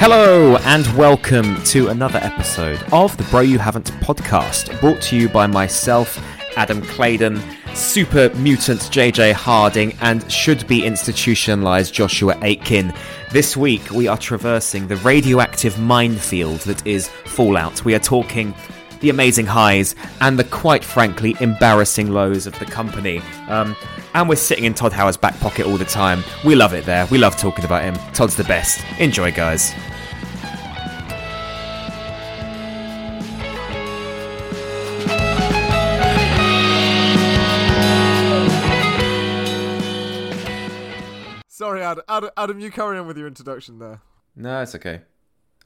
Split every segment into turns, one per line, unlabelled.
Hello and welcome to another episode of the Bro You Haven't podcast, brought to you by myself, Adam Claydon, super mutant JJ Harding, and should be institutionalized Joshua Aitken. This week we are traversing the radioactive minefield that is Fallout. We are talking the amazing highs and the quite frankly embarrassing lows of the company. Um, and we're sitting in Todd Howard's back pocket all the time. We love it there. We love talking about him. Todd's the best. Enjoy, guys.
Sorry, Adam. Adam. Adam, you carry on with your introduction there.
No, it's okay.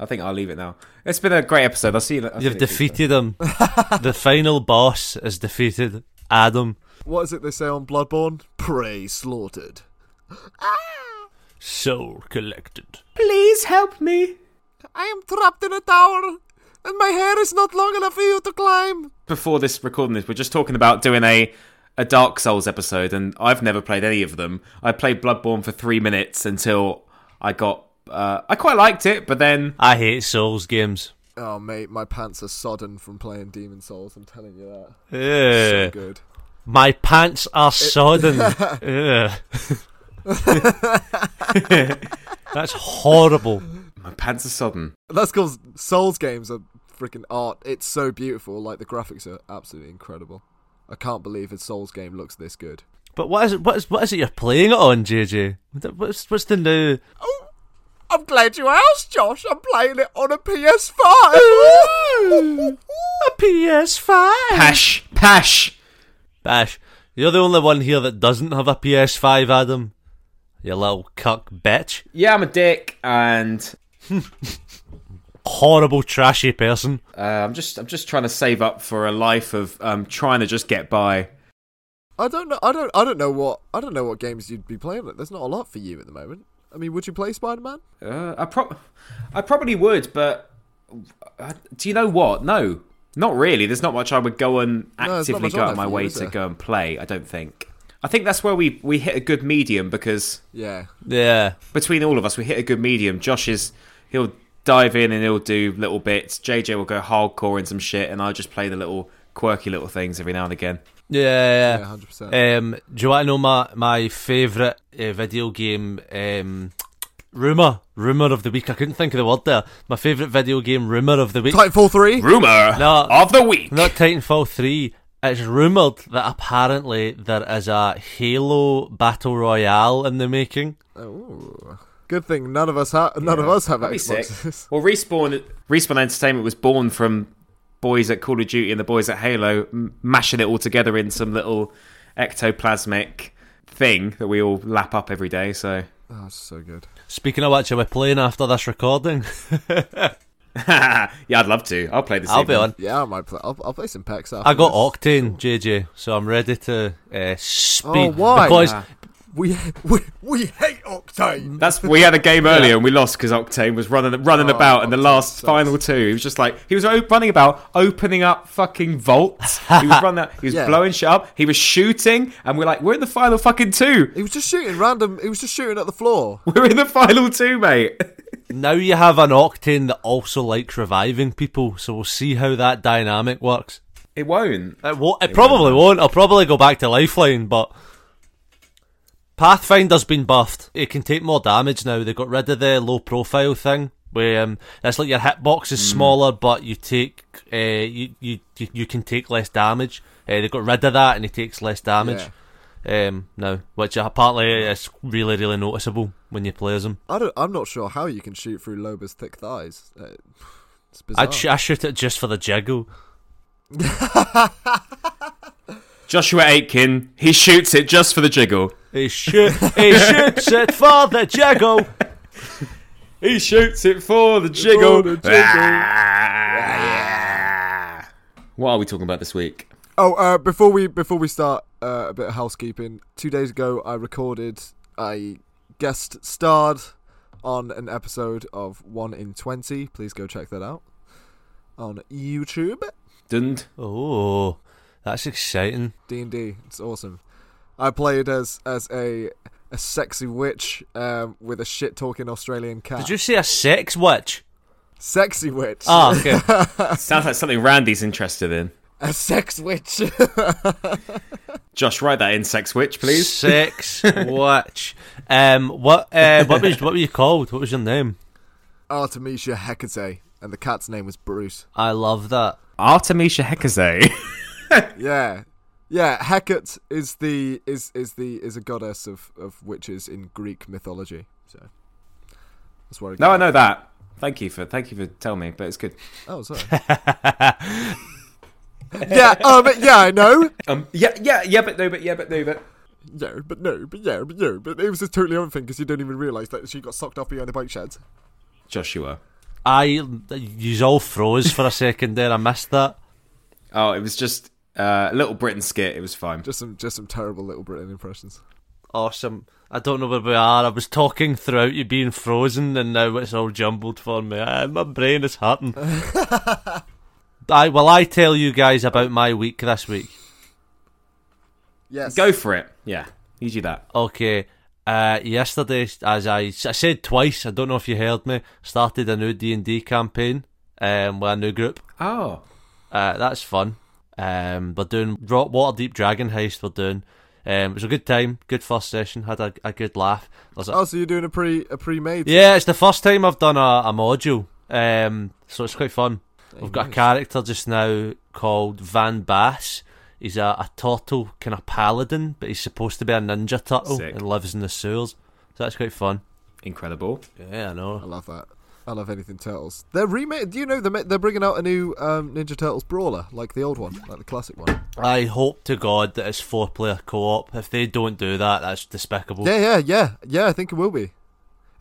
I think I'll leave it now. It's been a great episode. I'll see you. I'll see
You've
next week,
defeated him. the final boss is defeated Adam.
What is it they say on Bloodborne? Prey slaughtered. Ah,
Soul collected.
though. Please help me.
I am trapped in a tower, and my hair is not long enough for you to climb.
Before this recording this, we're just talking about doing a a Dark Souls episode, and I've never played any of them. I played Bloodborne for three minutes until I got. Uh, I quite liked it, but then
I hate Souls games.
Oh, mate, my pants are sodden from playing Demon Souls. I'm telling you that. So
Ugh.
good.
My pants are sodden. Ugh. That's horrible.
my pants are sodden.
That's because Souls games are freaking art. It's so beautiful. Like the graphics are absolutely incredible. I can't believe a Souls game looks this good.
But what is it? What is what is it you're playing it on, JJ? What's what's the new?
Oh, I'm glad you asked, Josh. I'm playing it on a PS5.
A PS5.
Pash, pash.
Bash, you're the only one here that doesn't have a PS5, Adam. You little cuck bitch.
Yeah, I'm a dick, and
Horrible, trashy person.
uh, I'm just I'm just trying to save up for a life of um, trying to just get by.
I don't know. I don't. I don't know what. I don't know what games you'd be playing. There's not a lot for you at the moment. I mean, would you play Spider Man?
Uh, I prob I probably would, but uh, do you know what? No, not really. There's not much I would go and
No, there's not
actively
much
go
on
out
there
of my
for you,
way
is
to
there?
go and play. I don't think. I think that's where we we hit a good medium because
Yeah.
Yeah.
between all of us, we hit a good medium. Josh is he'll dive in and he'll do little bits. JJ will go hardcore in some shit, and I'll just play the little quirky little things every now and again.
Yeah,
Yeah, hundred percent.
yeah. Um, do you want to know my my favourite uh, video game um, rumor? Rumor of the week. I couldn't think of the word there. My favourite video game rumor of the week.
Titanfall three.
Rumor
No.
of the week.
Not Titanfall three. It's rumored that apparently there is a Halo battle royale in the making.
Ooh. Good thing none of us have. None of us have
That'd be
Xboxes.
sick. Well, respawn respawn entertainment was born from boys at Call of Duty and the boys at Halo m- mashing it all together in some little ectoplasmic thing that we all lap up every day. So
Oh, it's so good.
Speaking of which, are we playing after this recording?
yeah, I'd love to. I'll play this.
I'll be
evening.
on.
Yeah, I might play. I'll, I'll play some packs after.
I got
this.
Octane, JJ, so I'm ready to uh, speak.
Oh, why?
Because
We we we hate Octane.
That's we had a game earlier and we lost because Octane was running running
Oh,
about in the
Octane
last
sucks.
final two. He was just like he was o- running about, opening up fucking vaults. he was running, out, he was
Yeah.
blowing shit up. He was shooting, and we're like, we're in the final fucking two.
He was just shooting random. He was just shooting at the floor.
We're in the final two, mate.
now you have an Octane that also likes reviving people, so we'll see how that dynamic works.
It won't.
It, will it probably won't. I'll probably go back to Lifeline, but Pathfinder's been buffed. It can take more damage now. They got rid of the low profile thing. Where um, it's like your hitbox is smaller, but you take uh, you, you you you can take less damage. Uh, they got rid of that, and it takes less damage um, now, which apparently is really really noticeable when you play as him.
I don't. I'm not sure how you can shoot through Loba's thick thighs. Uh, It's bizarre.
I'd sh- I shoot it just for the jiggle.
Joshua Aitken, he shoots it just for the jiggle.
He shoot he shoots it for the jiggle.
He shoots it for the jiggle.
For the jiggle.
What are we talking about this week?
Oh, uh, before we before we start, uh, a bit of housekeeping. Two days ago, I recorded, I guest starred on an episode of One in Twenty. Please go check that out on YouTube.
Dund.
Oh, that's exciting.
D and D, it's awesome. I played as as a a sexy witch um, with a shit talking Australian cat.
Did you see a sex witch?
Sexy witch.
Ah, okay.
Sounds like something Randy's interested in.
A sex witch.
Josh, write that in Sex Witch, please.
sex witch. Um, what? Uh, what was? What were you called? What was your name?
Artemisia Hecate. And the cat's name was Bruce.
I love that.
Artemisia Hecate.
Yeah. Yeah, Hecate is the is is the is a goddess of, of witches in Greek mythology. So that's where I
no, I
got
know that. Thank you for thank you for telling me, but it's good.
that. Oh, sorry. yeah, um, yeah, I know.
Um, yeah, yeah, yeah, but no, but yeah, but no, but
Yeah, but no, but yeah, but no, but it was a totally other thing because you don't even realise that she got sucked off behind the bike sheds.
Joshua.
I you all froze for a second there. I missed that.
Oh, it was just uh, a little Britain skit. It was fine.
Just some, just some terrible Little Britain impressions.
Awesome. I don't know where we are. I was talking throughout you being frozen, and now it's all jumbled for me. Ah, my brain is hurting. I will. I tell you guys about my week this week.
Yes.
Go for it. Yeah, you do that.
Okay. Uh, yesterday, as I, I said twice, I don't know if you heard me. Started a new D and D campaign um, with a new group.
Oh,
Uh, that's fun. Um, we're doing Rock Water Deep Dragon Heist. We're doing. Um, it was a good time. Good first session. Had a, a good laugh. There's a-
Oh, so you're doing a pre a pre-made?
Yeah, it's the first time I've done a, a module, um, so it's quite fun. We've got a character just now called Van Bass. He's a, a turtle kind of paladin, but he's supposed to be a ninja turtle
Sick.
and lives in the sewers. So that's quite fun.
incredible.
Yeah, I
I
know.
love that. I love anything turtles. They're remade. Do you know they're ma- they're bringing out a new um, Ninja Turtles brawler, like the old one, like the classic one.
I hope to God that it's four player co op. If they don't do that, that's despicable.
Yeah, yeah, yeah, yeah. I think it will be.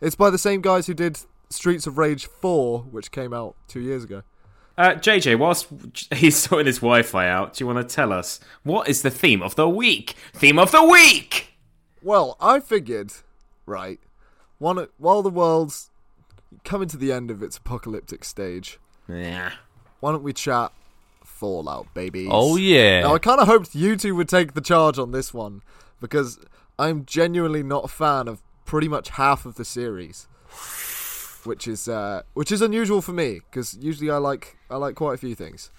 It's by the same guys who did Streets of Rage Four, which came out two years ago.
Uh, JJ, whilst he's sorting his Wi-Fi out, do you want to tell us what is the theme of the week? Theme of the week.
Well, I figured, right, one while the world's coming to the end of its apocalyptic stage,
Yeah.
why don't we chat Fallout, baby?
Oh, yeah.
Now I kind of hoped you two would take the charge on this one because I'm genuinely not a fan of pretty much half of the series, which is uh, which is unusual for me because usually I like I like quite a few things,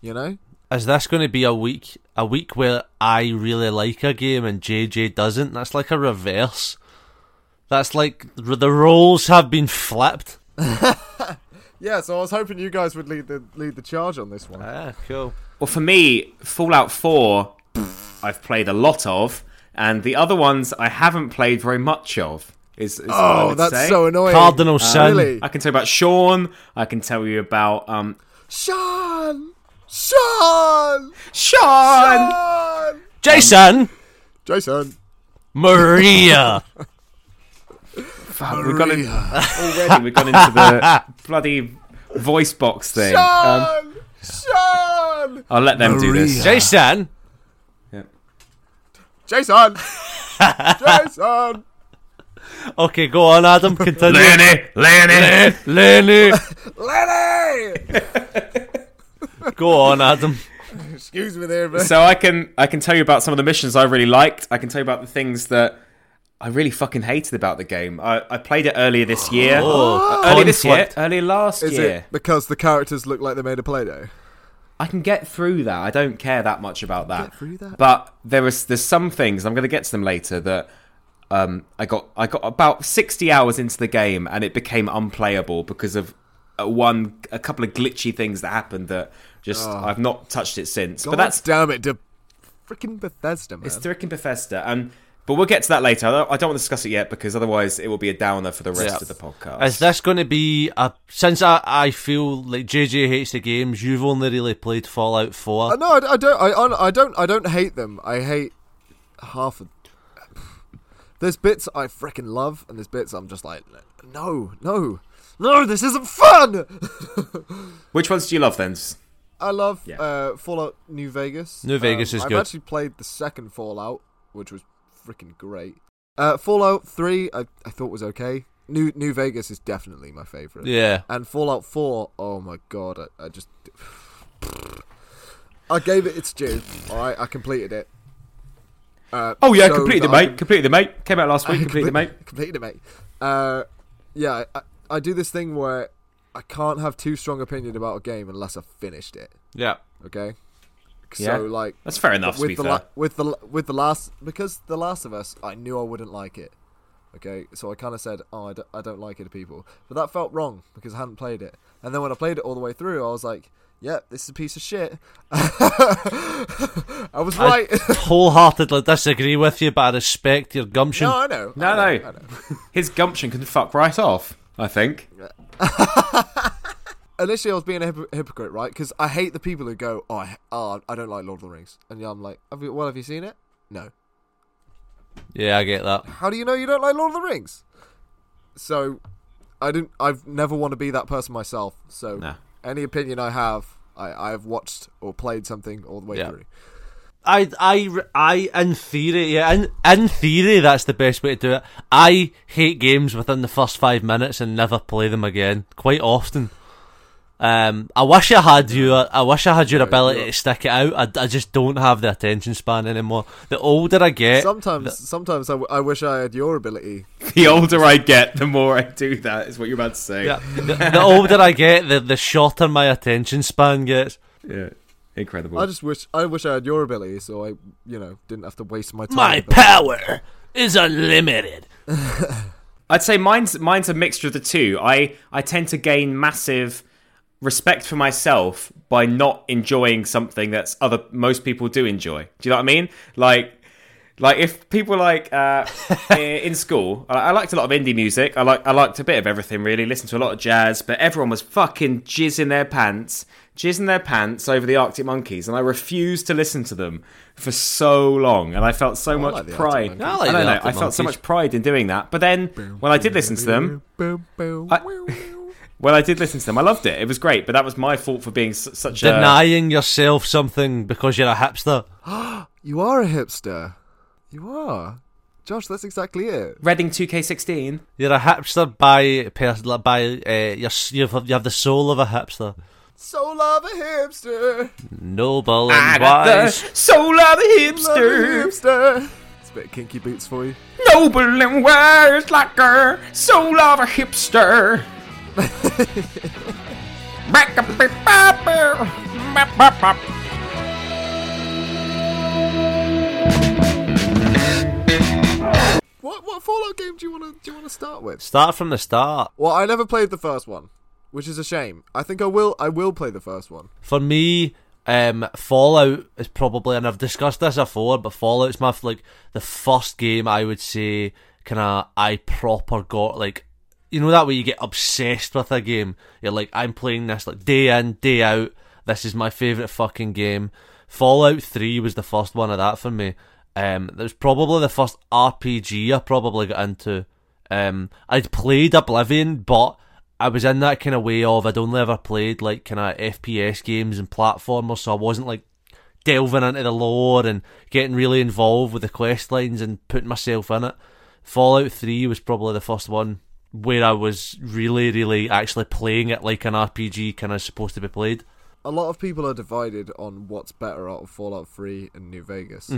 you know.
Is this going to be a week a week where I really like a game and JJ doesn't? That's like a reverse. That's like r- the roles have been flipped.
Yeah, so I was hoping you guys would lead the lead the charge on this one.
Ah, cool.
Well, for me, Fallout 4, I've played a lot of, and the other ones I haven't played very much of. Is, is what I
Oh,
would
that's
say.
so annoying. Um,
Cardinal Sin.
Really?
I can tell you about Sean. I can tell you about um
Sean, Sean,
Sean.
Sean,
Jason,
Jason.
Maria.
Fuck, we've gone in,
Maria.
already. We've gone into the bloody voice box thing. Um,
Sean, Sean,
I'll let them do this.
Maria.
Jason,
Jason, Jason.
Okay, go on, Adam. Continue.
Lenny, Lenny.
Lenny,
Lenny!
go on, Adam.
Excuse me there, but
So I can I can tell you about some of the missions I really liked. I can tell you about the things that I really fucking hated about the game. I, I played it earlier this year.
Oh,
earlier this year.
conflict.
Earlier last
is
year.
it because the characters look like they made a Play-Doh?
I can get through that. I don't care that much about that.
Get through that?
But there is there's some things I'm going to get to them later that um, I got I got about 60 hours into the game and it became unplayable because of uh, one a couple of glitchy things that happened that just
Oh.
I've not touched it since. but that's
damn it, to freaking Bethesda, man.
it's Dirk and Bethesda and. But we'll get to that later. I don't, I don't want to discuss it yet because otherwise it will be a downer for the rest
Yeah.
of the podcast.
Is this going to be a? Since I, I feel like JJ hates the games, you've only really played Fallout
Uh,
Four.
no, I, I don't. I, hon- I don't. I don't hate them. I hate half of. There's bits I freaking love, and there's bits I'm just like, no, no, no. This isn't fun.
Which ones do you love then?
I love
Yeah.
uh, Fallout New Vegas. Um,
New Vegas is
I've
good.
I've actually played the second Fallout, which was freaking great. Uh, Fallout Three, I, I thought was okay. New New Vegas is definitely my favorite.
Yeah.
And Fallout Four, oh my god, I, I just I gave it its due. All right, I completed it. Uh,
Oh yeah,
so
completed it,
that I
mate.
can-
Completed it, mate. Came out last week. Completed it, mate.
Completed it, mate. Uh, yeah, I, I do this thing where I can't have too strong opinion about a game unless I've finished it.
Yeah.
Okay.
Yeah.
So like
That's fair enough. To be
with the
fair.
la- with the with the last because the Last of Us, I knew I wouldn't like it. Okay, so I kind of said, "Oh, I, d- I don't like it to people," but that felt wrong because I hadn't played it. And then when I played it all the way through, I was like, "Yep, this is a piece of shit." I was
I
right.
wholeheartedly disagree with you, but I respect your gumption.
no, I know.
no,
I know,
no.
I know.
His gumption can fuck right off. I think.
Initially, I was being a hypo- hypocrite, right? Because I hate the people who go, "Oh, I, oh, I don't like Lord of the Rings," and I'm like, have you, "Well, have you seen it?" No.
Yeah, I get that.
how do you know you don't like Lord of the Rings? So, I didn't. I've never want to be that person myself. So,
No.
any opinion I have, I I have watched or played something all the way
Yeah.
through.
I, I, I, in theory, yeah, in, in theory, that's the best way to do it. I hate games within the first five minutes and never play them again. Quite often. Um, I wish I had you. I wish I had your
Yeah,
ability
yeah.
to stick it out. I, I just don't have the attention span anymore. The older I
Eh,
get,
Sometimes, sometimes I, w- I wish I had your ability.
The older I get, the more I do that. Is what you're about to say.
yeah, the, the older I get, the the shorter my attention span gets.
Yeah. Incredible.
I just wish I wish I had your ability, so I you know didn't have to waste my time.
My
with it.
power is unlimited.
I'd say mine's mine's a mixture of the two. I I tend to gain massive respect for myself by not enjoying something that's other most people do enjoy. Do you know what I mean? Like like if people like uh, i- in school, I, I liked a lot of indie music. I like I liked a bit of everything really. Listened to a lot of jazz, but everyone was fucking jizzing their pants, jizzing their pants over the Arctic Monkeys, and I refused to listen to them for so long, and I felt so much
like the Arctic
pride.
Monkeys.
I like
I don't
the
know.
Arctic
I felt so
Monkeys.
much pride in doing that. But then when I did listen to them,
Boom, boom,
I-
woo, woo.
when I did listen to them, I loved it. It was great. But that was my fault for being s- such a
Denying yourself something because you're a hipster.
you are a hipster. You are, Josh. That's exactly it.
Reading 2K16.
You're a hipster by pers- by uh, you're, s- you've you have the soul of a hipster.
So love a hipster.
Noble
I
and
got the
wise.
soul of a
Love a
hipster,
hipster. It's a bit of kinky boots for you.
noble and wise like a soul of a hipster. Back up, big bopper. Bop, bop, bop.
What what Fallout game do you want to do you want to start with?
Start from the start.
Well, I never played the first one, which is a shame. I think I will I will play the first one.
For me, um, Fallout is probably, and I've discussed this before, but Fallout's my f- like the first game I would say kind of I proper got like. You know that way you get obsessed with a game. You're like, I'm playing this like day in, day out. This is my favorite fucking game. Fallout Three was the first one of that for me. Um, that was probably the first RPG I probably got into. Um, I'd played Oblivion, but I was in that kind of way of I'd only ever played like kind of FPS games and platformers, so I wasn't like delving into the lore and getting really involved with the quest lines and putting myself in it. Fallout 3 was probably the first one where I was really, really actually playing it like an RPG kind of supposed to be played.
A lot of people are divided on what's better out of Fallout 3 and New Vegas.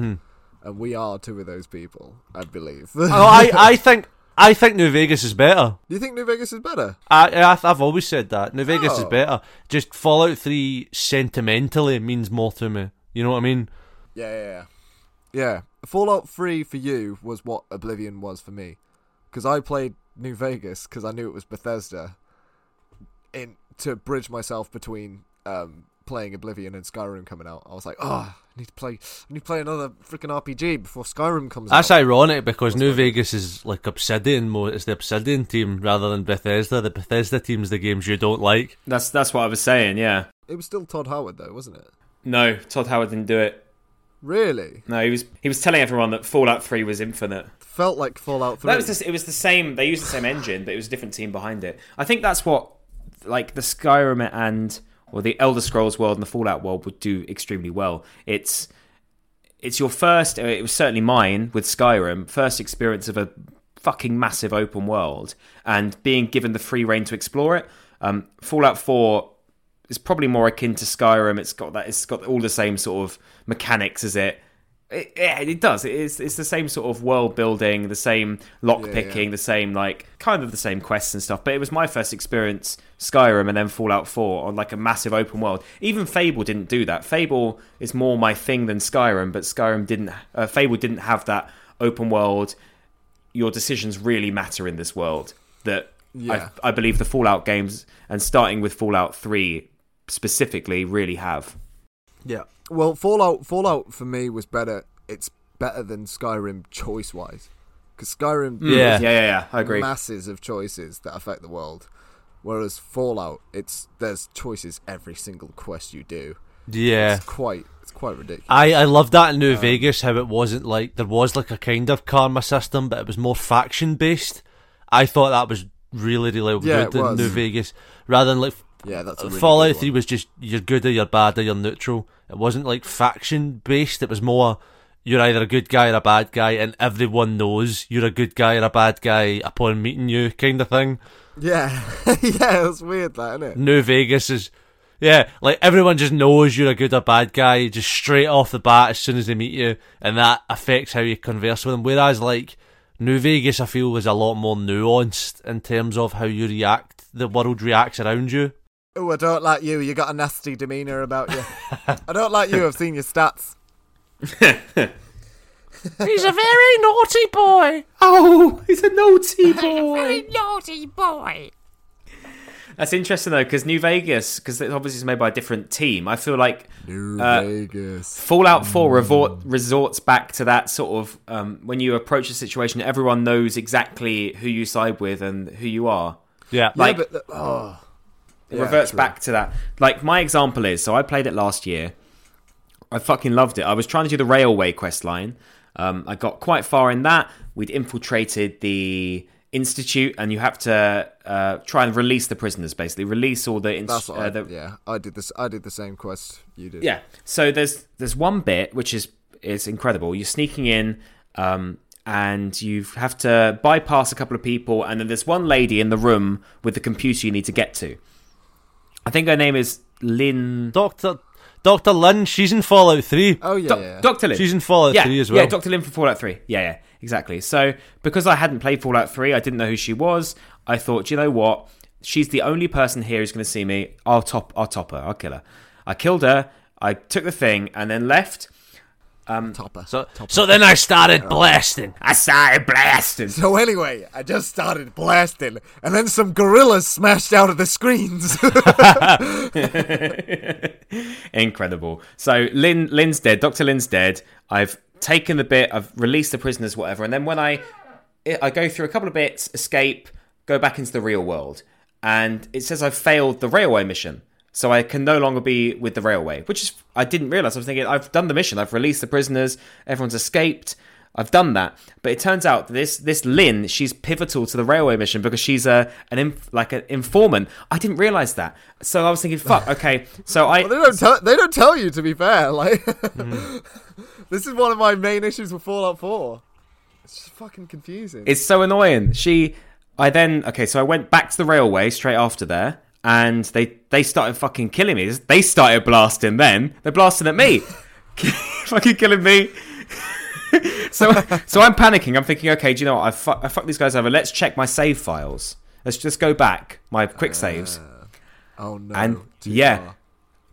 And we are two of those people, I believe.
Mm-hmm. Oh, I, I think I think New Vegas is better.
do you think New Vegas is better?
I, I I've always said that New Vegas is
Oh.
better. Just Fallout 3 sentimentally means more to me. You know what I mean?
Yeah, yeah, yeah. Yeah. Fallout 3 for you was what Oblivion was for me. Because I played New Vegas because I knew it was Bethesda in, to bridge myself between um, playing Oblivion and Skyrim coming out. I was like, oh, I need to play, I need to play another freaking RPG before Skyrim comes
That's
out.
ironic because New Vegas is like Obsidian. mo- It's the Obsidian team rather than Bethesda. The Bethesda team's the games you don't like.
That's that's what I was saying. Yeah.
it was still Todd Howard though, wasn't it?
No, Todd Howard didn't do it.
Really?
No, he was he was telling everyone that Fallout 3 was infinite.
Felt like Fallout 3.
That was the, it was the same. They used the same engine, but it was a different team behind it. I think that's what like the Skyrim and or the Elder Scrolls world and the Fallout world would do extremely well. It's it's your first. uh, It was certainly mine with Skyrim, first experience of a fucking massive open world and being given the free reign to explore it. Um, Fallout Four is probably more akin to Skyrim. It's got that. It's got all the same sort of mechanics as it. It, yeah, it does. It is, it's the same sort of world building, the same lock
Yeah,
picking,
yeah.
the same like kind of the same quests and stuff. But it was my first experience Skyrim and then Fallout 4 on like a massive open world. Even Fable didn't do that. Fable is more my thing than Skyrim, but Skyrim didn't. Uh, Fable didn't have that open world. Your decisions really matter in this world. That
Yeah.
I, I believe the Fallout games and starting with Fallout 3 specifically really have.
Yeah. Well, Fallout Fallout for me was better. It's better than Skyrim choice wise, because Skyrim
yeah,
Yeah.
yeah, yeah I agree.
masses of choices that affect the world, whereas Fallout it's there's choices every single quest you do.
Yeah.
It's Um, quite it's quite ridiculous.
I, I love that in New Vegas how it wasn't like there was like a kind of karma system, but it was more faction based. I thought that was really really
Yeah,
good
it
in
was.
New Vegas, rather than like
Yeah,
Uh,
that's a really
Fallout
good
Three
one.
was just you're good or you're bad or you're neutral. It wasn't like faction based. It was more you're either a good guy or a bad guy, and everyone knows you're a good guy or a bad guy upon meeting you, kind of thing.
Yeah, yeah, it was weird that, isn't it?
New Vegas is, yeah, like everyone just knows you're a good or bad guy just straight off the bat as soon as they meet you, and that affects how you converse with them. Whereas like New Vegas, I feel was a lot more nuanced in terms of how you react, the world reacts around you.
Oh, I don't like you. You got a nasty demeanor about you. I don't like you. I've seen your stats.
He's a very naughty boy.
Oh, he's a naughty boy.
Very naughty boy.
That's interesting though, because New Vegas, because it obviously is made by a different team. I feel like
New
Uh,
Vegas.
Fallout Four revort, resorts back to that sort of um, when you approach a situation, everyone knows exactly who you side with and who you are.
Yeah,
like- uh,
yeah, but the- oh,
It
Yeah,
reverts
true.
back to that. Like my example is, so I played it last year. I fucking loved it. I was trying to do the railway quest line. Um, I got quite far in that. We'd infiltrated the institute, and you have to uh, try and release the prisoners. Basically, release all the,
That's
inst-
what
uh,
I,
the
yeah, I did this. I did the same quest you did.
yeah. So there's there's one bit which is is incredible. You're sneaking in, um, and you have to bypass a couple of people, and then there's one lady in the room with the computer you need to get to. I think her name is Lynn.
Doctor Doctor Lynn, she's in Fallout Three.
Oh yeah,
Doc-
yeah.
Doctor Lynn.
She's in Fallout
yeah,
Three as well.
Yeah, Doctor Lynn from Fallout Three. Yeah, yeah, exactly. So because I hadn't played Fallout Three, I didn't know who she was. I thought, "Do you know what? She's the only person here who's going to see me. I'll top, I'll top her. I'll kill her. I killed her. I took the thing and then left.
Topper.
so, so then I started blasting.
I started blasting.
So anyway, I just started blasting, and then some gorillas smashed out of the screens.
Incredible. So Lynn, Lynn's dead. Doctor Lynn's dead. I've taken the bit. I've released the prisoners, whatever. And then when I, I go through a couple of bits, escape, go back into the real world, and it says I've failed the railway mission. So I can no longer be with the railway, which is I didn't realize. I was thinking I've done the mission. I've released the prisoners. Everyone's escaped. I've done that, but it turns out that this this Lynn, she's pivotal to the railway mission because she's a an inf- like an informant. I didn't realize that, so I was thinking, fuck, okay. So I
they don't tell. They don't tell you. To be fair, like
Mm.
this is one of my main issues with Fallout Four. It's just fucking confusing.
It's so annoying. She, I then okay, so I went back to the railway straight after there, and they they started fucking killing me. They started blasting. Then they're blasting at me, fucking killing me. so so I'm panicking. I'm thinking, okay, do you know what? I fu- I fucked these guys over. Let's check my save files. Let's just go back my quick saves.
oh no.
and
too
yeah,
far.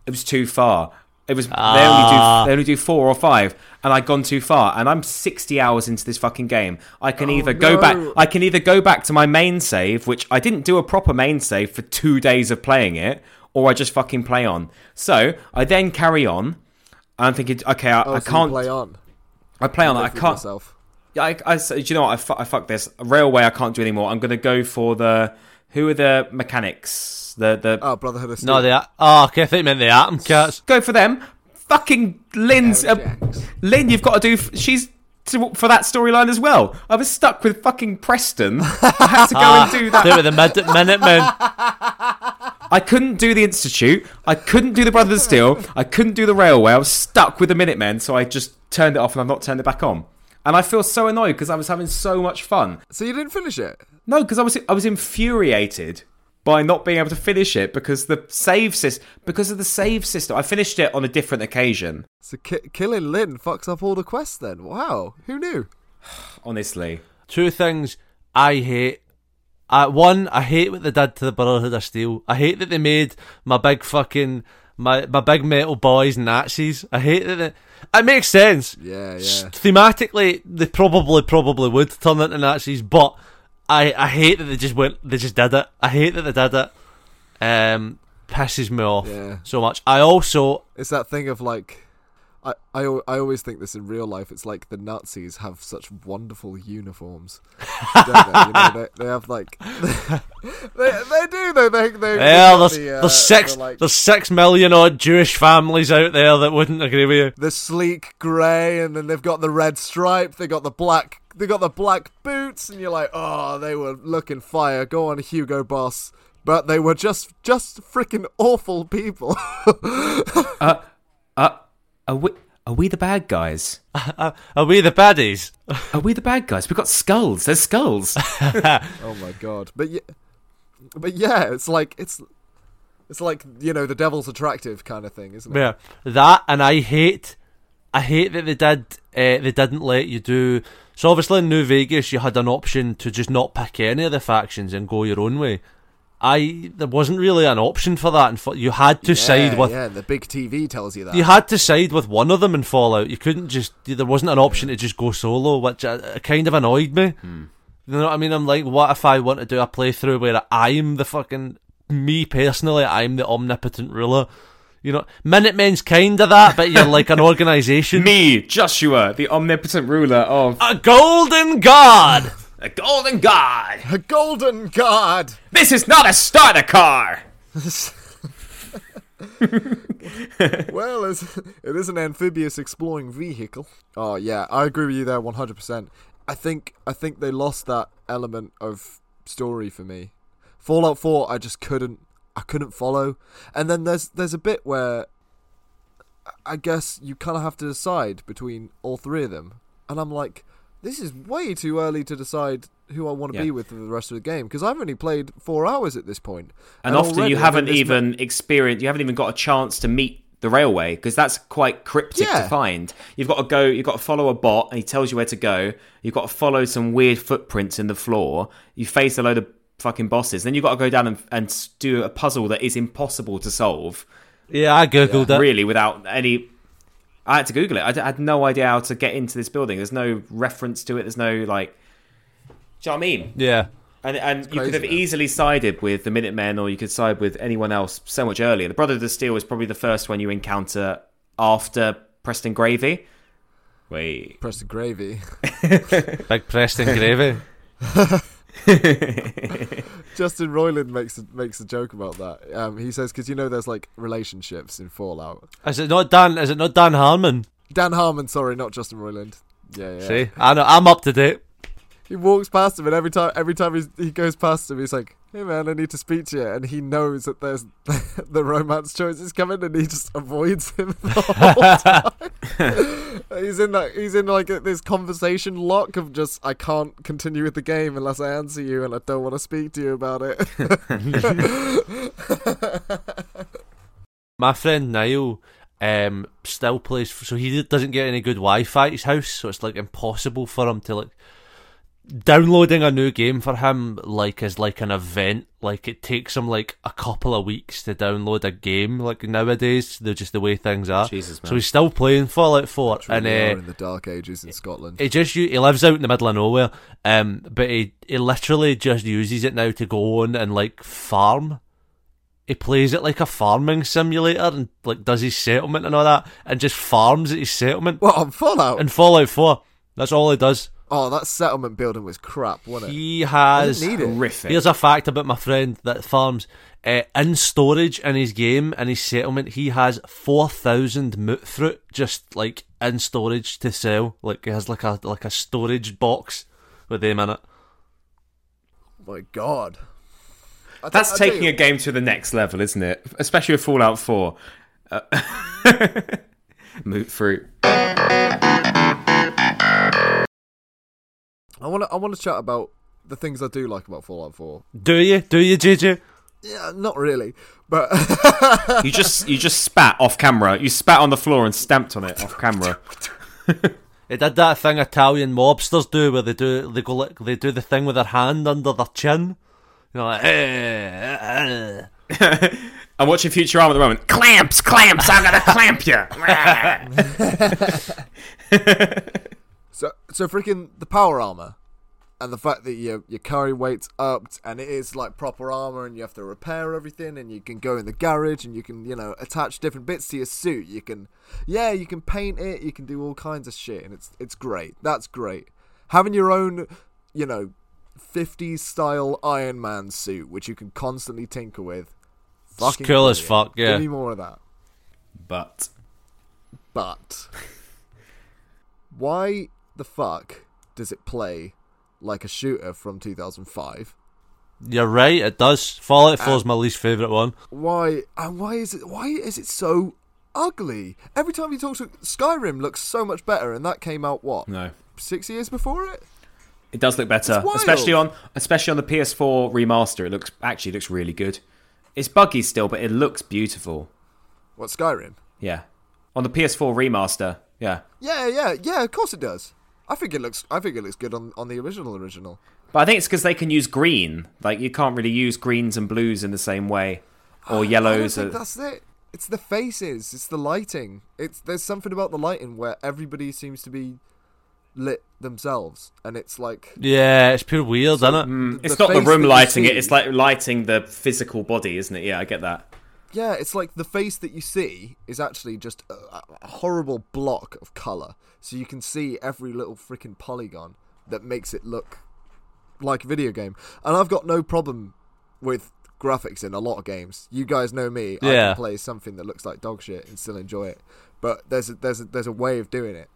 it was too far. It was
Ah.
they only do they only do four or five, and I'd gone too far. And I'm sixty hours into this fucking game. I can either go
Oh, no.
back. I can either go back to my main save, which I didn't do a proper main save for two days of playing it, or I just fucking play on. So I then carry on. and I'm thinking, okay, I,
Oh,
I
so you
can't.
play on.
I play on. I
Live with
can't.
Myself.
Yeah, I, I said, do you know what? I, fu- I fuck this railway. I can't do anymore. I'm gonna go for the who are the mechanics? The the
Oh, Brotherhood of Steel.
No, they are. Oh, okay, I think you meant the Atom Cats.
go for them. Fucking Lynn's.
Eric
Uh,
Jacks.
Lynn, you've got to do. F- she's to, for that storyline as well. I was stuck with fucking Preston. I had to go and do
They
that.
were the mid- Minutemen.
I couldn't do the Institute. I couldn't do the Brothers of Steel. I couldn't do the Railway. I was stuck with the Minutemen, so I just turned it off and I've not turned it back on. And I feel so annoyed because I was having so much fun.
So you didn't finish it.
No, because I was I was infuriated by not being able to finish it because the save system because of the save system. I finished it on a different occasion.
So ki- killing Lin fucks up all the quests. Then wow, who knew?
Honestly,
two things I hate. Uh, one, I hate what they did to the Brotherhood of Steel. I hate that they made my big fucking my my big metal boys Nazis. I hate that. They, it makes sense.
Yeah,
S-
yeah.
Thematically, they probably probably would turn into Nazis, but I I hate that they just went. They just did it. I hate that they did it. Um, pisses me off
Yeah.
so much. I also
It's that thing of like, I, I, al- I always think this in real life. It's like the Nazis have such wonderful uniforms. don't they? You know, they, they have like, they, they do though. They, they, they
yeah,
got
there's
the, uh,
there's six
the, like,
there's six million odd Jewish families out there that wouldn't agree with you.
the sleek grey, and then they've got the red stripe. They got the black. They got the black boots, and you're like, oh, they were looking fire. Go on, Hugo Boss. But they were just just freaking awful people.
uh, are we are we the bad guys?
Uh, are we the baddies?
Are we the bad guys? We've got skulls. There's skulls.
Oh my god! But yeah, but yeah, it's like it's it's like you know the devil's attractive kind of thing, isn't it?
Yeah, that and I hate, I hate that they did. Uh, they didn't let you do. So obviously in New Vegas, you had an option to just not pick any of the factions and go your own way. I there wasn't really an option for that, and for, you had to side with.
yeah. The big TV tells you that.
You had to side with one of them in Fallout. You couldn't just. There wasn't an option to just go solo, which uh, kind of annoyed me. You know what I mean? I'm like, what if I want to do a playthrough where I'm the fucking me personally? I'm the omnipotent ruler. You know, Minutemen's kind of that, but you're like an organization.
Me, Joshua, the omnipotent ruler of
a golden god.
the Golden God.
A golden god.
This is not a starter car.
well, it's, it is an amphibious exploring vehicle. Oh yeah, I agree with you there, one hundred percent. I think I think they lost that element of story for me. Fallout Four, I just couldn't I couldn't follow. And then there's there's a bit where I guess you kind of have to decide between all three of them, and I'm like, this is way too early to decide who I want to
Yeah.
be with for the rest of the game because I've only played four hours at this point.
and, often
already
you
I'm in
haven't
this ma-
even experienced you haven't even got a chance to meet the railway because that's quite cryptic
Yeah.
to find you've got to go you've got to follow a bot and he tells you where to go you've got to follow some weird footprints in the floor you face a load of fucking bosses then you've got to go down and, and s- do a puzzle that is impossible to solve
Yeah, I googled it.
really without any i had to google it I d- I had no idea how to get into this building there's no reference to it there's no like do you know what i mean
Yeah,
and and you
crazy,
could have
man.
easily sided with the Minutemen, or you could side with anyone else so much earlier. The Brotherhood of Steel is probably the first one you encounter after Preston Gravy. Wait,
Press the gravy.
big Preston gravy.
Justin Roiland makes a, makes a joke about that. Um, he says because you know there's like relationships in Fallout.
Is it not Dan? Is it not Dan Harmon?
Dan Harmon, sorry, not Justin Roiland. Yeah, yeah.
See, I know I'm up to date. he
He walks past him, and every time every time he's, he goes past him, he's like, "Hey man, I need to speak to you," and he knows that there's the romance choice is coming, and he just avoids him the whole time. he's in that he's in like this conversation lock of just I can't continue with the game unless I answer you, and I don't want to speak to you about it.
My friend Niall um, still plays, so he doesn't get any good Wi-Fi at his house, so it's like impossible for him to like downloading a new game for him like is like an event. Like it takes him like a couple of weeks to download a game. Like nowadays, they're just the way things are.
Jesus, man.
So he's still playing Fallout Four,
and,
and uh,
in the dark ages in Scotland.
he just u- he lives out in the middle of nowhere, um, but he he literally just uses it now to go on and like farm. He plays it like a farming simulator and like does his settlement and all that, and just farms at his settlement.
What on Fallout?
And Fallout Four, that's all he does.
oh, that settlement building was crap, wasn't it?
He
I
has.
didn't need it.
horrific.
Here's a fact about my friend that farms uh, in storage in his game and his settlement. He has four thousand moot fruit just like in storage to sell. Like he has like a like a storage box with them in it.
My God, I
That's
tell- I tell
taking
you-
a game to the next level, isn't it? Especially with Fallout 4. Uh, Moot fruit.
I want to I want to chat about the things I do like about Fallout 4.
Do you? Do you, JJ?
Yeah, not really, but
You just you just spat off camera. You spat on the floor and stamped on it off camera.
It did that thing Italian mobsters do, where they do they go like they do the thing with their hand under their chin. You know, like, eh, eh, eh.
I'm watching Futurama at the moment. Clamps, clamps. I'm gonna clamp you.
so so freaking the power armor, and the fact that your your carry weight's upped, and it is like proper armor, and you have to repair everything, and you can go in the garage, and you can you know attach different bits to your suit. You can yeah, you can paint it, you can do all kinds of shit, and it's it's great. That's great. Having your own, you know. 50s style Iron Man suit, which you can constantly tinker with.
it's
Fucking
cool as
brilliant.
fuck.
Give
Yeah,
me more of that.
but
But why the fuck does it play like a shooter from 2005?
you're right. It does. Fallout 4 is my least favorite one.
Why and why is it why is it so ugly? Every time you talk to Skyrim looks so much better and that came out what?
no,
6 years before it?
it does look better,
It's wild.
especially on especially on the PS4 remaster. It looks actually looks really good. It's buggy still, but it looks beautiful.
What Skyrim?
Yeah, on the PS4 remaster. Yeah,
Yeah, yeah, yeah, of course it does. I think it looks I think it looks good on, on the original original.
but I think it's because they can use green. Like you can't really use greens and blues in the same way, or yellows.
I don't
Or,
think that's it. It's the faces. It's the lighting. It's there's something about the lighting where everybody seems to be lit themselves, and it's like
Yeah, it's pure weird, isn't it?
th-
Mm, it's not the
face that
room
you
lighting it.
see-
It's like lighting the physical body, isn't it? Yeah, I get that.
yeah, it's like the face that you see is actually just a, a horrible block of color. So you can see every little freaking polygon that makes it look like a video game. And I've got no problem with graphics in a lot of games. You guys know me. I
Yeah.
can play something that looks like dog shit and still enjoy it. But there's a, there's a, there's a way of doing it.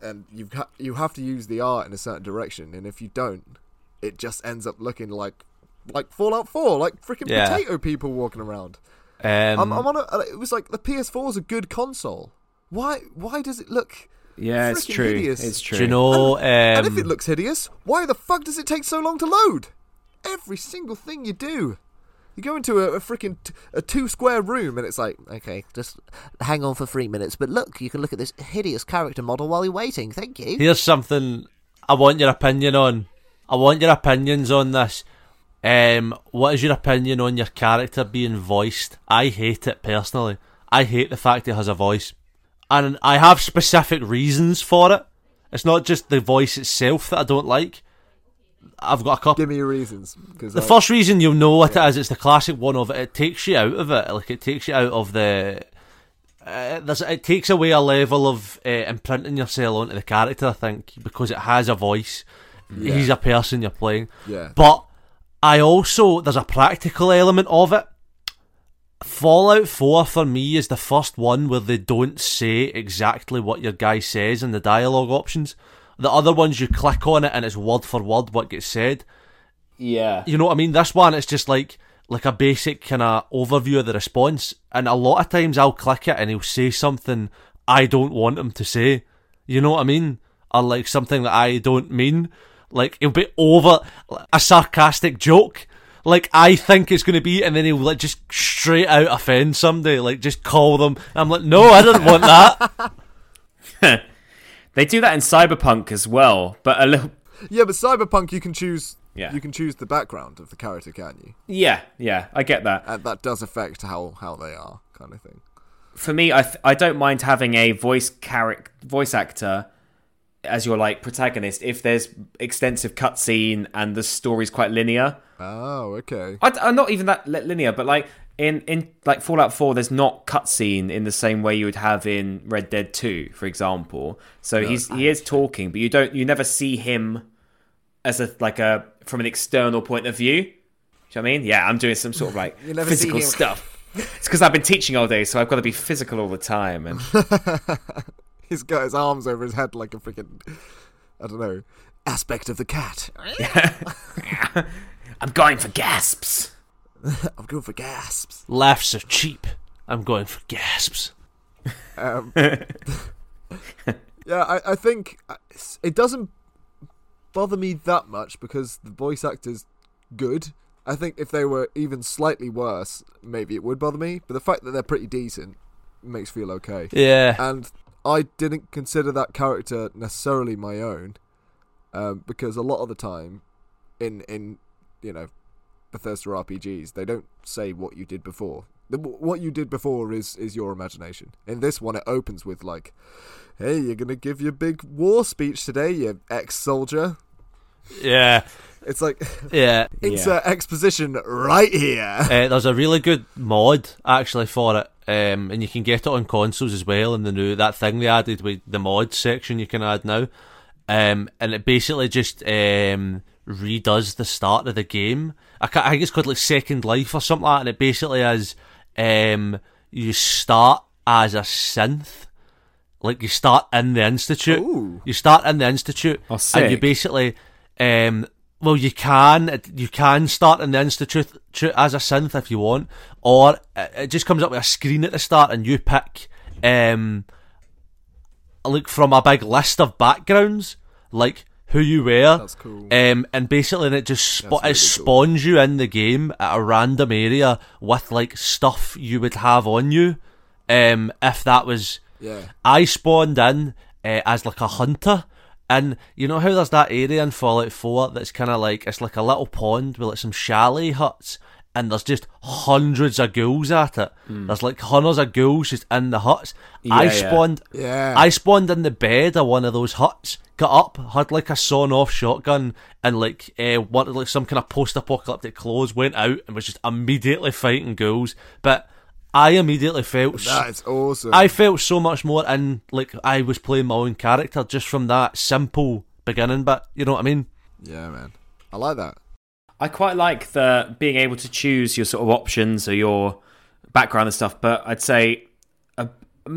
and you ha- you have to use the art in a certain direction, and if you don't, it just ends up looking like like Fallout Four, like freaking
Yeah.
potato people walking around.
Um,
I'm, I'm on a. uh, It was like the PS4 is a good console. Why why does it look?
Yeah, it's
Freaking
true.
hideous.
It's true.
do you know? Um,
and if it looks hideous, why the fuck does it take so long to load? Every single thing you do. You go into a, a freaking t- a two square room and it's like, okay,
Just hang on for three minutes. But look, you can look at this hideous character model while you're waiting. Thank you.
here's something I want your opinion on. I want your opinions on this. Um, what is your opinion on your character being voiced? I hate it personally. I hate the fact it has a voice, and I have specific reasons for it. It's not just the voice itself that I don't like. I've got a couple.
give me your reasons uh, because
The first reason you'll know what it is, it's the classic one of it takes you out of it. Like it takes you out of the. Uh, there's, it takes away a level of uh, imprinting yourself onto the character, I think, because it has a voice. He's a person you're playing.
yeah,
But I also there's a practical element of it. Fallout 4 for me is the first one where they don't say exactly what your guy says in the dialogue options. The other ones you click on it and it's word for word what gets said.
Yeah.
You know what I mean? This one, it's just like like a basic kind of overview of the response. And a lot of times I'll click it and he'll say something I don't want him to say. You know what I mean? Or like something that I don't mean. Like he'll be over a sarcastic joke. Like I think it's going to be, and then he'll like just straight out offend somebody. Like just call them. I'm like, no, I didn't want that.
They do that in Cyberpunk as well, but a little.
yeah. But Cyberpunk, you can choose.
Yeah.
You can choose the background of the character, can't you?
Yeah, yeah, I get that.
and that does affect how how they are kind of thing
for me, I th- I don't mind having a voice character, voice actor as your like protagonist if there's extensive cutscene and the story's quite linear.
oh okay
I, am not even that li- linear, but like in in like Fallout 4, there's not cutscene in the same way you would have in Red Dead 2, for example. So he's he is talking, but you don't you never see him as a like a from an external point of view. Do you know what I mean? Yeah, I'm doing some sort of like
never see
physical
him.
stuff. It's because I've been teaching all day, so I've got to be physical all the time. And
he's got his arms over his head like a freaking i don't know aspect of the cat
I'm going for gasps.
i'm going for gasps
Laughs are cheap. I'm going for gasps.
um, yeah I, I think uh, it's- it doesn't bother me that much because the voice actor's good I think if they were even slightly worse, maybe it would bother me. But the fact that they're pretty decent makes me feel okay.
Yeah.
And I didn't consider that character necessarily my own, um, because a lot of the time, in in you know, Bethesda RPGs, they don't say what you did before. The, what you did before is is your imagination. In this one, it opens with like, "Hey, you're gonna give your big war speech today, you ex-soldier."
Yeah.
It's like
Yeah.
insert exposition right here.
Uh, there's a really good mod actually for it, um, and you can get it on consoles as well. And the new that thing they added with the mod section you can add now, um, and it basically just um, redoes the start of the game. I, ca- I think it's called like Second Life or something like that, and it basically is um, you start as a synth. Like you start in the institute,
Ooh.
you start in the institute,
Oh,
and you
sick.
basically, um, well, you can you can start in the institute tu- as a synth if you want, or it it just comes up with a screen at the start and you pick, um, like from a big list of backgrounds, like who you were.
That's cool.
Um, and basically, it just sp-
really
it spawns you in the game at a random area with like stuff you would have on you, um, if that was
Yeah.
I spawned in uh, as like a hunter, and you know how there's that area in Fallout 4 that's kind of like it's like a little pond with like some chalet huts, and there's just hundreds of ghouls at it. There's like hundreds of ghouls just in the huts. I
Yeah, yeah.
spawned.
Hmm. Yeah.
I spawned in the bed of one of those huts. Got up, had like a sawn-off shotgun, and like uh, wanted like some kind of post-apocalyptic clothes. Went out and was just immediately fighting ghouls. But I immediately felt so-
That is awesome.
I felt so much more in like I was playing my own character just from that simple beginning bit. You know what I mean?
yeah, man. I like that.
I quite like the being able to choose your sort of options or your background and stuff, but I'd say a,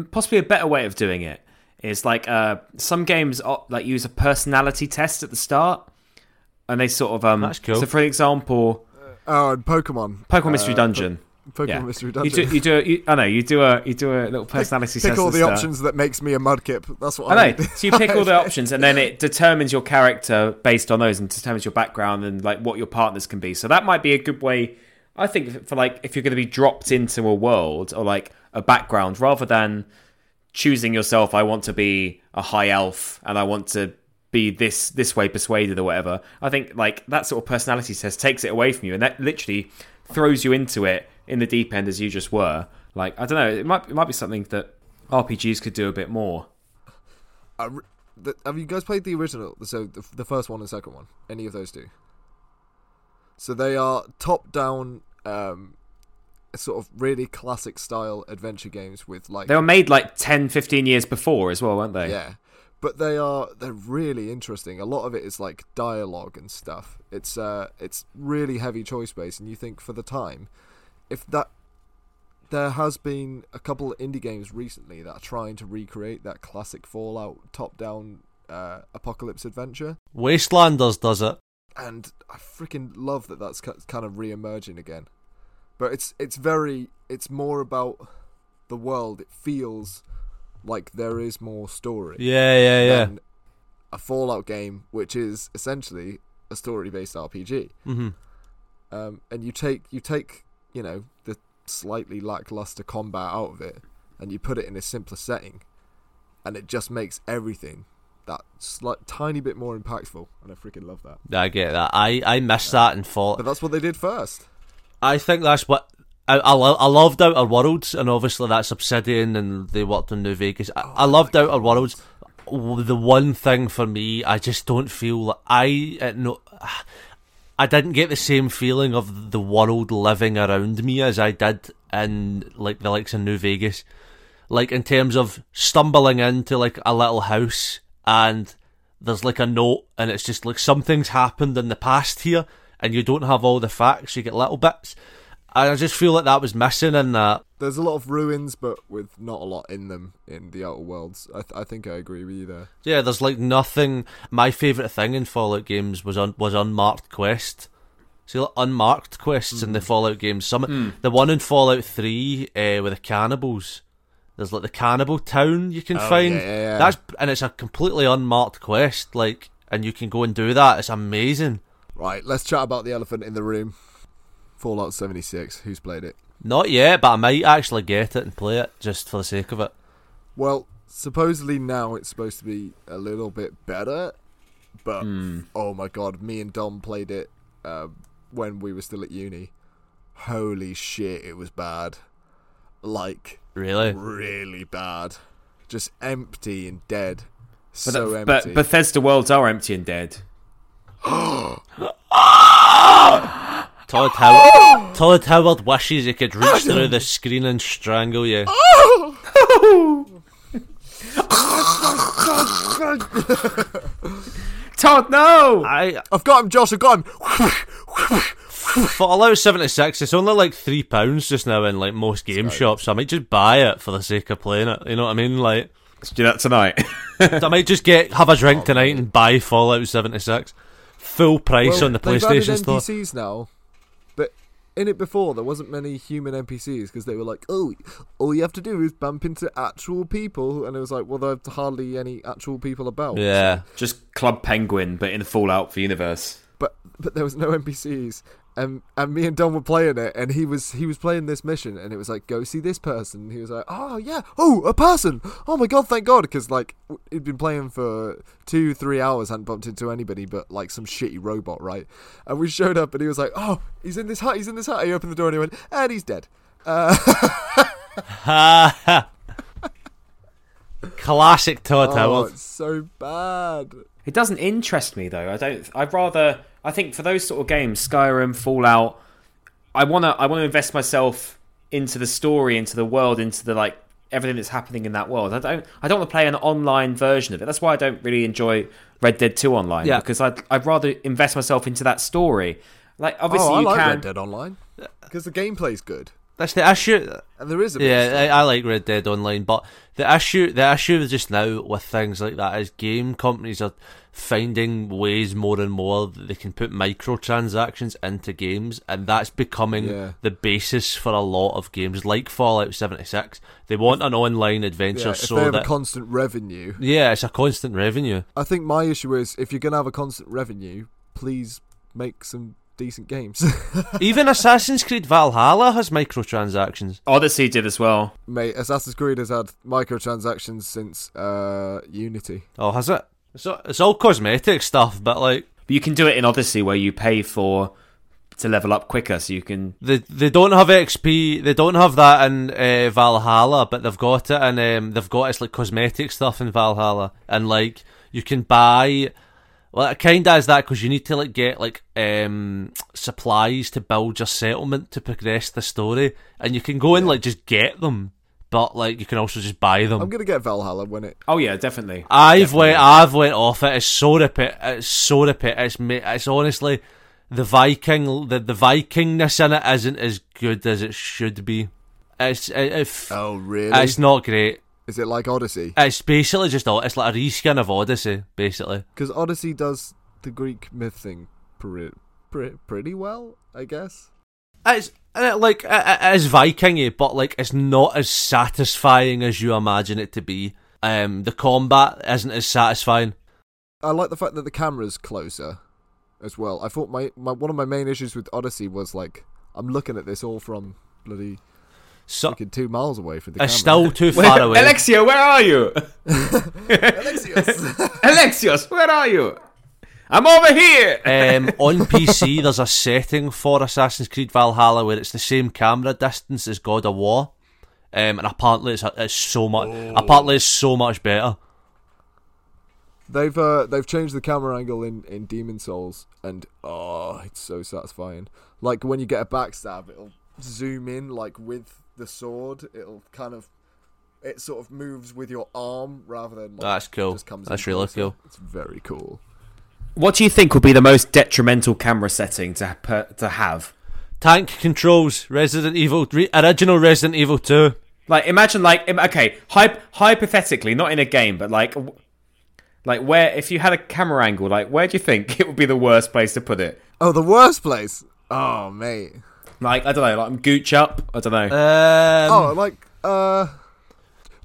possibly a better way of doing it is like uh, some games uh, like use a personality test at the start, and they sort of um.
That's cool.
So, for example,
Oh, and Pokemon.
Pokemon Mystery
Uh,
Dungeon.
Pokemon
yeah.
Mystery Dungeon.
You do, you do, you, I know you do a you do a little personality
pick
test
all
at
the
start.
options that makes me a mudkip. That's what I,
I know.
need.
So you pick all the options, and then it determines your character based on those, and determines your background and like what your partners can be. So that might be a good way, I think, for like if you're going to be dropped into a world or like a background, rather than choosing yourself. I want to be a high elf, and I want to be this this way persuaded or whatever. I think like that sort of personality test takes it away from you, and that literally throws you into it in the deep end as you just were. Like I don't know, it might it might be something that RPGs could do a bit more.
I re- the- have you guys played the original? So the, the first one and second one, any of those two? So they are top-down, um, sort of really classic style adventure games with like
They were made like 10, 15 years before as well, weren't they?
yeah, but they are they're really interesting. A lot of it is like dialogue and stuff. It's uh, it's really heavy choice based, and you think for the time, if that there has been a couple of indie games recently that are trying to recreate that classic Fallout top-down uh, apocalypse adventure,
Wastelanders does it.
and I freaking love that that's ki- kind of re-emerging again. But it's it's very it's more about the world. It feels like there is more story
Yeah, yeah, yeah.
than a Fallout game, which is essentially a story-based RPG.
hmm
Um, and you take you take you know the slightly lackluster combat out of it, and you put it in a simpler setting, and it just makes everything that slight tiny bit more impactful. And I freaking love that.
I get that. I I missed that and
But
thought.
that's what they did first.
I think that's what. I, I, lo- I loved Outer Worlds, and obviously that's Obsidian, and they worked on New Vegas. I, I loved Outer Worlds. W- The one thing for me, I just don't feel like I uh, no, I didn't get the same feeling of the world living around me as I did in like the likes of New Vegas. Like in terms of stumbling into like a little house and there's like a note and it's just like something's happened in the past here and you don't have all the facts, you get little bits. And I just feel like that was missing in that.
There's a lot of ruins, but with not a lot in them in the Outer Worlds. I, th- I think I agree with you there.
Yeah, there's like nothing. My favourite thing in Fallout games was un- was unmarked quest. See, like, unmarked quests in
Hmm.
the Fallout games. Some the one in Fallout Three uh, with the cannibals. There's like the cannibal town you can find.
Oh, yeah, yeah, yeah.
That's and it's a completely unmarked quest. Like, and you can go and do that. It's amazing.
Right, let's chat about the elephant in the room. Fallout 76. Who's played it?
Not yet, but I might actually get it and play it just for the sake of it.
Well, supposedly now it's supposed to be a little bit better, but
Hmm.
oh my god, me and Dom played it uh, when we were still at uni. Holy shit, it was bad. Like
Really?
really bad, just empty and dead.
But,
so
that- but
empty.
Bethesda worlds are empty and dead.
Todd Howard. Todd Howard wishes he could reach through the screen and strangle you.
Oh!
Todd, no!
I
I've got him, Josh. I've got him.
Fallout 76. It's only like three pounds just now in like most game shops. I might just buy it for the sake of playing it. You know what I mean? Like
Let's do that tonight.
I might just get have a
Oh,
drink tonight and buy Fallout 76 full price
Well,
on the
they've added
PlayStation Store.
NPCs now, but in it before there wasn't many human NPCs because they were like, oh, all you have to do is bump into actual people, and it was like, well, there's hardly any actual people about.
Yeah,
Just Club Penguin, but in the Fallout universe.
But but there was no NPCs. And, and me and Don were playing it, and he was he was playing this mission, and it was like go see this person. And he was like, oh yeah, oh a person, oh my god, thank god, because like w- he'd been playing for two three hours, hadn't bumped into anybody but like some shitty robot, right? And we showed up, and he was like, oh, he's in this hut, he's in this hut. He opened the door, and he went, and he's dead.
classic Todd
Oh,
Howard.
it's so bad.
It doesn't interest me though. I don't. I'd rather. I think for those sort of games, Skyrim, Fallout, I wanna. I wanna invest myself into the story, into the world, into the like everything that's happening in that world. I don't. I don't want to play an online version of it. That's why I don't really enjoy Red Dead Two online.
Yeah.
Because I'd. I'd rather invest myself into that story. Like obviously
oh, I
you
like
can.
Red Dead Online because the gameplay's good,
That's the issue.
and there is a bit of
Yeah, I, I like Red Dead Online, but the issue the issue is just now with things like that is game companies are finding ways more and more that they can put microtransactions into games, and that's becoming
Yeah.
the basis for a lot of games like Fallout seventy six. They want an online adventure,
Yeah, if they
so
have a
that
constant revenue.
yeah, it's a constant revenue.
I think my issue is if you're gonna have a constant revenue, please make some decent games.
Even Assassin's Creed Valhalla has microtransactions.
Odyssey did as well.
Mate, Assassin's Creed has had microtransactions since uh, Unity.
Oh, has it? It's all, it's all cosmetic stuff, but like
But you can do it in Odyssey where you pay for to level up quicker, so you can.
They they don't have XP. They don't have that in uh, Valhalla, but they've got it, and um, they've got it's like cosmetic stuff in Valhalla, and like you can buy. Well, it kind of is that because you need to like get like um supplies to build your settlement to progress the story, and you can go and like just get them, but like you can also just buy them.
I'm gonna get Valhalla when it.
Oh yeah, definitely.
I've went, I've went off it. It's so repet. It's so repet. It's ma- it's honestly the Viking, the the Vikingness in it isn't as good as it should be. It's it, it f-
Oh really?
it's not great.
Is it like Odyssey?
It's basically just all. It's like a reskin of Odyssey, basically.
Because Odyssey does the Greek myth thing pre- pre- pretty well, I guess.
It's uh, like it, it is Vikingy, but like it's not as satisfying as you imagine it to be. Um, the combat isn't as satisfying.
I like the fact that the camera's closer as well. I thought my, my one of my main issues with Odyssey was like I'm looking at this all from bloody
So
fucking two miles away from the
it's
camera.
still too far away.
Alexia, where are you?
Alexios.
Alexios, where are you? I'm over here.
um, on PC, there's a setting for Assassin's Creed Valhalla where it's the same camera distance as God of War, um, and apparently it's, it's so much. Apparently, it's so much better.
They've uh, they've changed the camera angle in, in Demon Souls, and oh, it's so satisfying. Like when you get a backstab, it'll zoom in like with the sword. It'll kind of it sort of moves with your arm rather than. Like,
That's cool.
Just comes
That's
in
really
closer.
cool.
It's very cool.
What do you think would be the most detrimental camera setting to per, to have?
Tank controls Resident Evil re- original Resident Evil Two.
Like, imagine like im- okay, hy- hypothetically, not in a game, but like, w- like where if you had a camera angle, like where do you think it would be the worst place to put it?
Oh, the worst place. Oh, mate.
Like, I don't know, like I'm gooch up. I don't know.
Um,
Oh, like uh,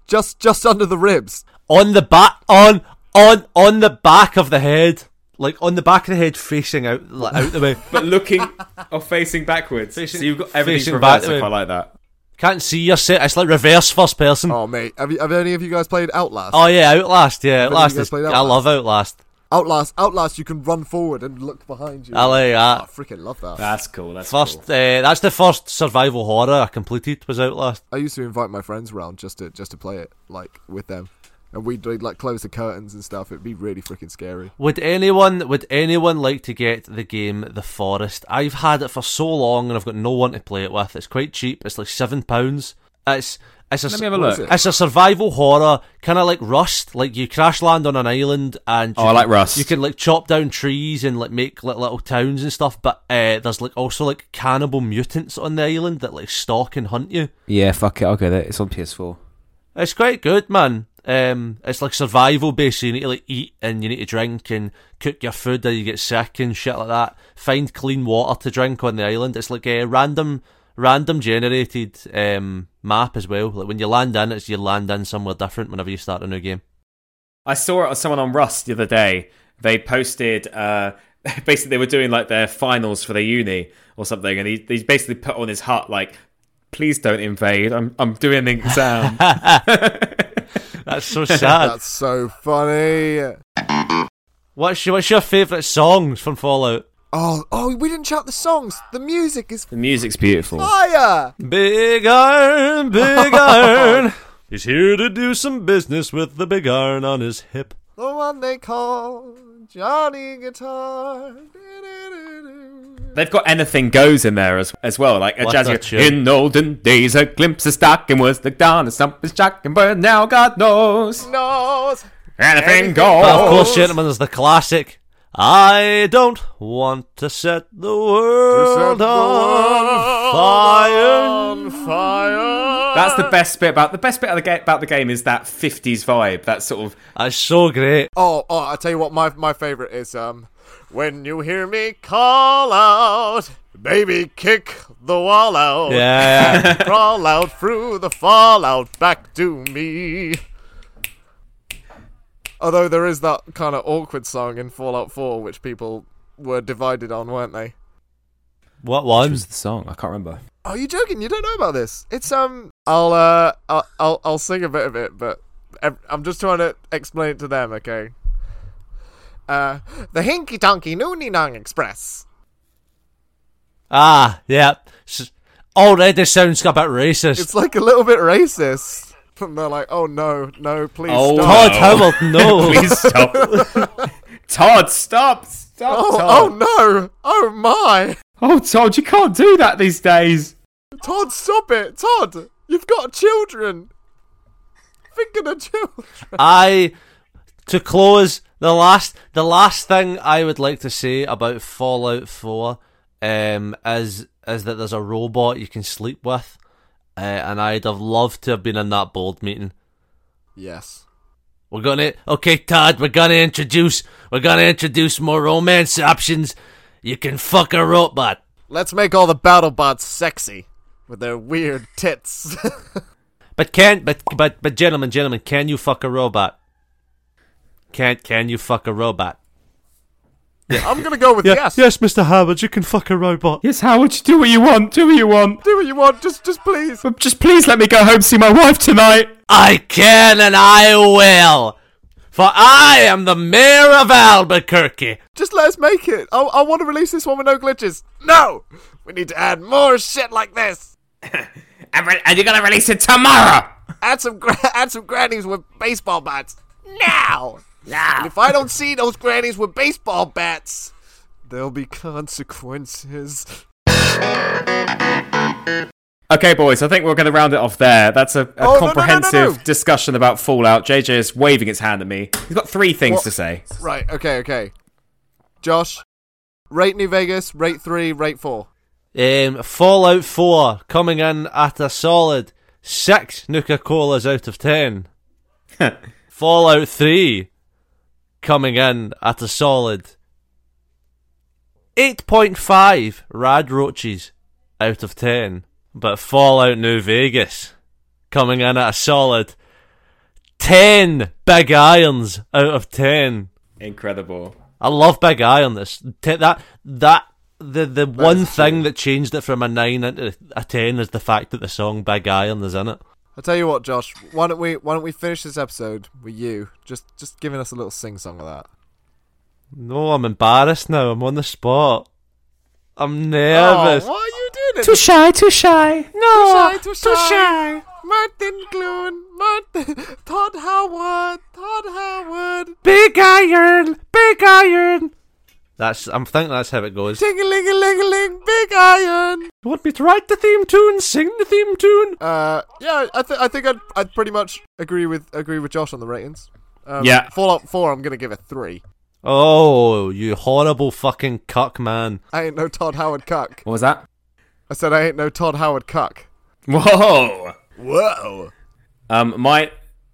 just just under the ribs.
On the back, on on on the back of the head. like on the back of the head, facing out like, out the way.
but looking or facing backwards.
Facing-
so you've got everything
facing
reversed.
back-
if I like that.
Can't see your set. It's like reverse first person. Oh,
Oh mate, have, you, have any of you guys played Outlast?
yeah, Outlast. Yeah,
you
Outlast.
guys
Is,
played
I
Outlast?
love Outlast.
Outlast, Outlast, you can run forward and look behind you.
I like
I
that.
freaking love that.
That's cool. That's
First,
cool.
uh, that's the first survival horror I completed was Outlast.
I used to invite my friends round just to just to play it like with them, and we'd, we'd like close the curtains and stuff. It'd be really freaking scary.
Would anyone would anyone like to get the game The Forest? I've had it for so long and I've got no one to play it with. It's quite cheap. It's like seven pounds. It's it's a,
Let me have a
What is
look.
it?
it's a survival horror, kind of like Rust. Like you crash land on an island and
Oh,
you
I
can-
like Rust.
You can like chop down trees and like make like, little towns and stuff. But uh, there's like also like cannibal mutants on the island that like stalk and hunt you.
Yeah, fuck it. I'll go there. It's on PS4.
It's quite good, man. Um, it's like survival based. So you need to like eat and you need to drink and cook your food, or you get sick and shit like that. Find clean water to drink on the island. It's like a random, random generated um map as well. Like when you land in, it's you land in somewhere different whenever you start a new game.
I saw it on someone on Rust the other day. They posted uh, basically they were doing like their finals for their uni or something, and he, he basically put on his hut like, "Please don't invade. I'm I'm doing an exam."
That's so sad.
That's so funny.
what's your, what's your favourite songs from Fallout?
Oh, oh, we didn't shout the songs. The music is
the music's beautiful.
fire.
Big Iron, Big Iron. He's here to do some business with the big iron on his hip.
The one they call Johnny Guitar.
They've got anything goes in there as as well, like a
What
jazz.
a tune.
In olden days, a glimpse of stocking was looked on as something shocking, but now God knows
Knows.
anything,
Anything
But
goes.
of course, gentlemen, is the classic. I don't want to set the world
the
on fire.
fire.
That's the best bit about the best bit of the ga- about the game is that '50s vibe, that sort of
That's so great.
Oh, oh, I tell you what, my my favorite is um, when you hear me call out, baby, kick the wall out,
Yeah.
crawl out through the fallout, back to me. Although there is that kind of awkward song in Fallout 4, which people were divided on, weren't they?
what
What
one?
was the song? I can't remember.
Are you joking? You don't know about this? It's um, I'll uh, I'll I'll, I'll sing a bit of it, but ev- I'm just trying to explain it to them. Okay. Uh, the Hinky Tonky Noonie Nong Express.
Ah, yeah. S- Already sounds a bit racist.
It's like a little bit racist. And they're like, oh no, no, please
Oh,
stop.
Todd
No.
Howard, no.
Please stop. Todd, stop. Stop,
Oh,
Todd.
oh no! Oh my!
Oh, Todd, you can't do that these days.
Todd, stop it! Todd, you've got children. Thinking of children.
I to close the last the last thing I would like to say about Fallout Four um, is is that there's a robot you can sleep with, uh, and I'd have loved to have been in that board meeting.
Yes.
We're gonna okay, Todd. We're gonna introduce we're gonna introduce more romance options. You can fuck a robot.
Let's make all the battle bots sexy with their weird tits.
But can but but but gentlemen, gentlemen, can you fuck a robot? Can't can you fuck a robot?
I'm gonna go with yes.
Mr. Howard, you can fuck a robot.
Yes, Howard, you do what you want. Do what you want.
Do what you want, just just please.
But just please let me go home see my wife tonight.
I can and I will, for I am the mayor of Albuquerque.
Just let us make it. I, I want to release this one with no glitches. No! We need to add more shit like this.
And, re- and you're going to release it tomorrow.
Add some gra- add some grannies with baseball bats. Now! Now! if I don't see those grannies with baseball bats, there'll be consequences.
Okay, boys, I think we're going to round it off there. That's a, a
Oh, no, no, no,
comprehensive
no.
discussion about Fallout. JJ is waving his hand at me. He's got three things
What?
to say.
Right, okay, okay. Josh, rate New Vegas, rate 3, rate 4.
Um, Fallout Four coming in at a solid six Nuka Colas out of ten. Fallout Three coming in at a solid eight point five Rad Roaches out of ten. But Fallout New Vegas coming in at a solid ten Big Irons out of ten.
Incredible.
I love Big Eye on this. Take that that the the one thing that changed it from a nine into a ten is the fact that the song Big Iron is in it.
I tell you what, Josh. Why don't we Why don't we finish this episode with you just just giving us a little sing song of that?
No, I'm embarrassed now. I'm on the spot. I'm
Oh,
nervous.
why are you doing it?
shy, too shy. No,
shy, too shy. Martin Clune, Martin, Todd Howard, Todd Howard,
Big Iron, Big Iron. That's I'm thinking that's how it goes.
ting a ling a ling a ling, Big Iron.
You want me to write the theme tune, sing the theme tune?
Uh, yeah, I, th- I think I'd, I'd pretty much agree with agree with Josh on the ratings. Um,
Yeah.
Fallout Four, I'm gonna give a three.
Oh, you horrible fucking cuck man.
I ain't no Todd Howard cuck.
What was that?
I said I ain't no Todd Howard cuck.
Whoa.
Whoa.
Um, my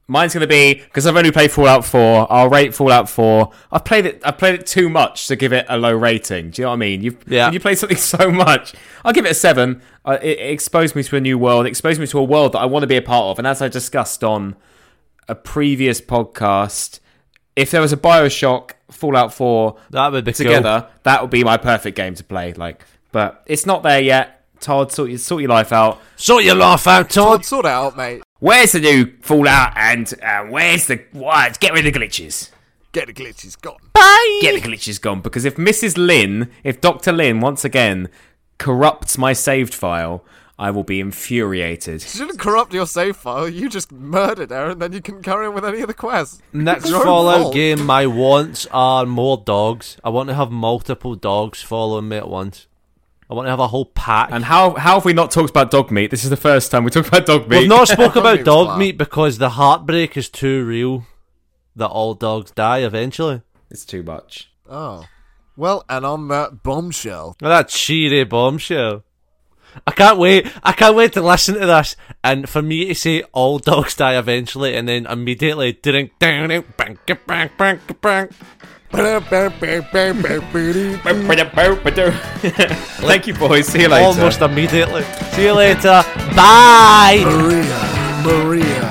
mine's gonna be because I've only played Fallout Four. I'll rate Fallout Four. I've played it. I've played it too much to give it a low rating. Do you know what I mean? You've
Yeah.
when you play something so much. I'll give it a seven. Uh, it, it exposed me to a new world. It exposed me to a world that I want to be a part of. And as I discussed on a previous podcast, if there was a Bioshock Fallout Four
That would be
together, that would be my perfect game to play. Like, but it's not there yet. Todd, sort your, sort your life out.
Cool. Sort your laugh out,
Todd,
Todd.
sort it out, mate.
Where's the new Fallout and uh, where's the what? Get rid of the glitches.
Get the glitches gone.
Get the glitches gone because if Mrs. Lynn, if Dr. Lynn once again corrupts my saved file, I will be infuriated.
You didn't corrupt your save file. You just murdered her, and then you can carry on with any of the quests.
Next
It's your own
Fallout
fault.
game, my wants are more dogs. I want to have multiple dogs following me at once. I want to have a whole pack.
And how how have we not talked about dog meat? This is the first time we talk about dog meat.
We've not spoke about
Dog meat's
dog
bad.
meat because the heartbreak is too real that all dogs die eventually.
It's too much.
Oh. Well, and on that bombshell.
Well, that cheery bombshell. I can't wait. I can't wait to listen to this and for me to say all dogs die eventually and then immediately doing down it bang bang bang bang.
Thank you, boys. See you later.
Almost immediately. See you later. Bye.
Maria, Maria.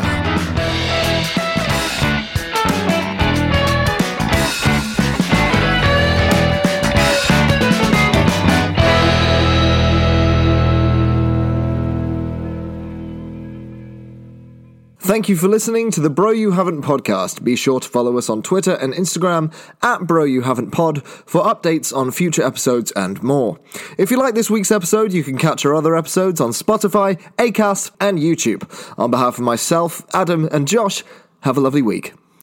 Thank you for listening to the Bro You Haven't podcast. Be sure to follow us on Twitter and Instagram at Bro You Haven't Pod for updates on future episodes and more. If you like this week's episode, you can catch our other episodes on Spotify, Acast, and YouTube. On behalf of myself, Adam, and Josh, have a lovely week.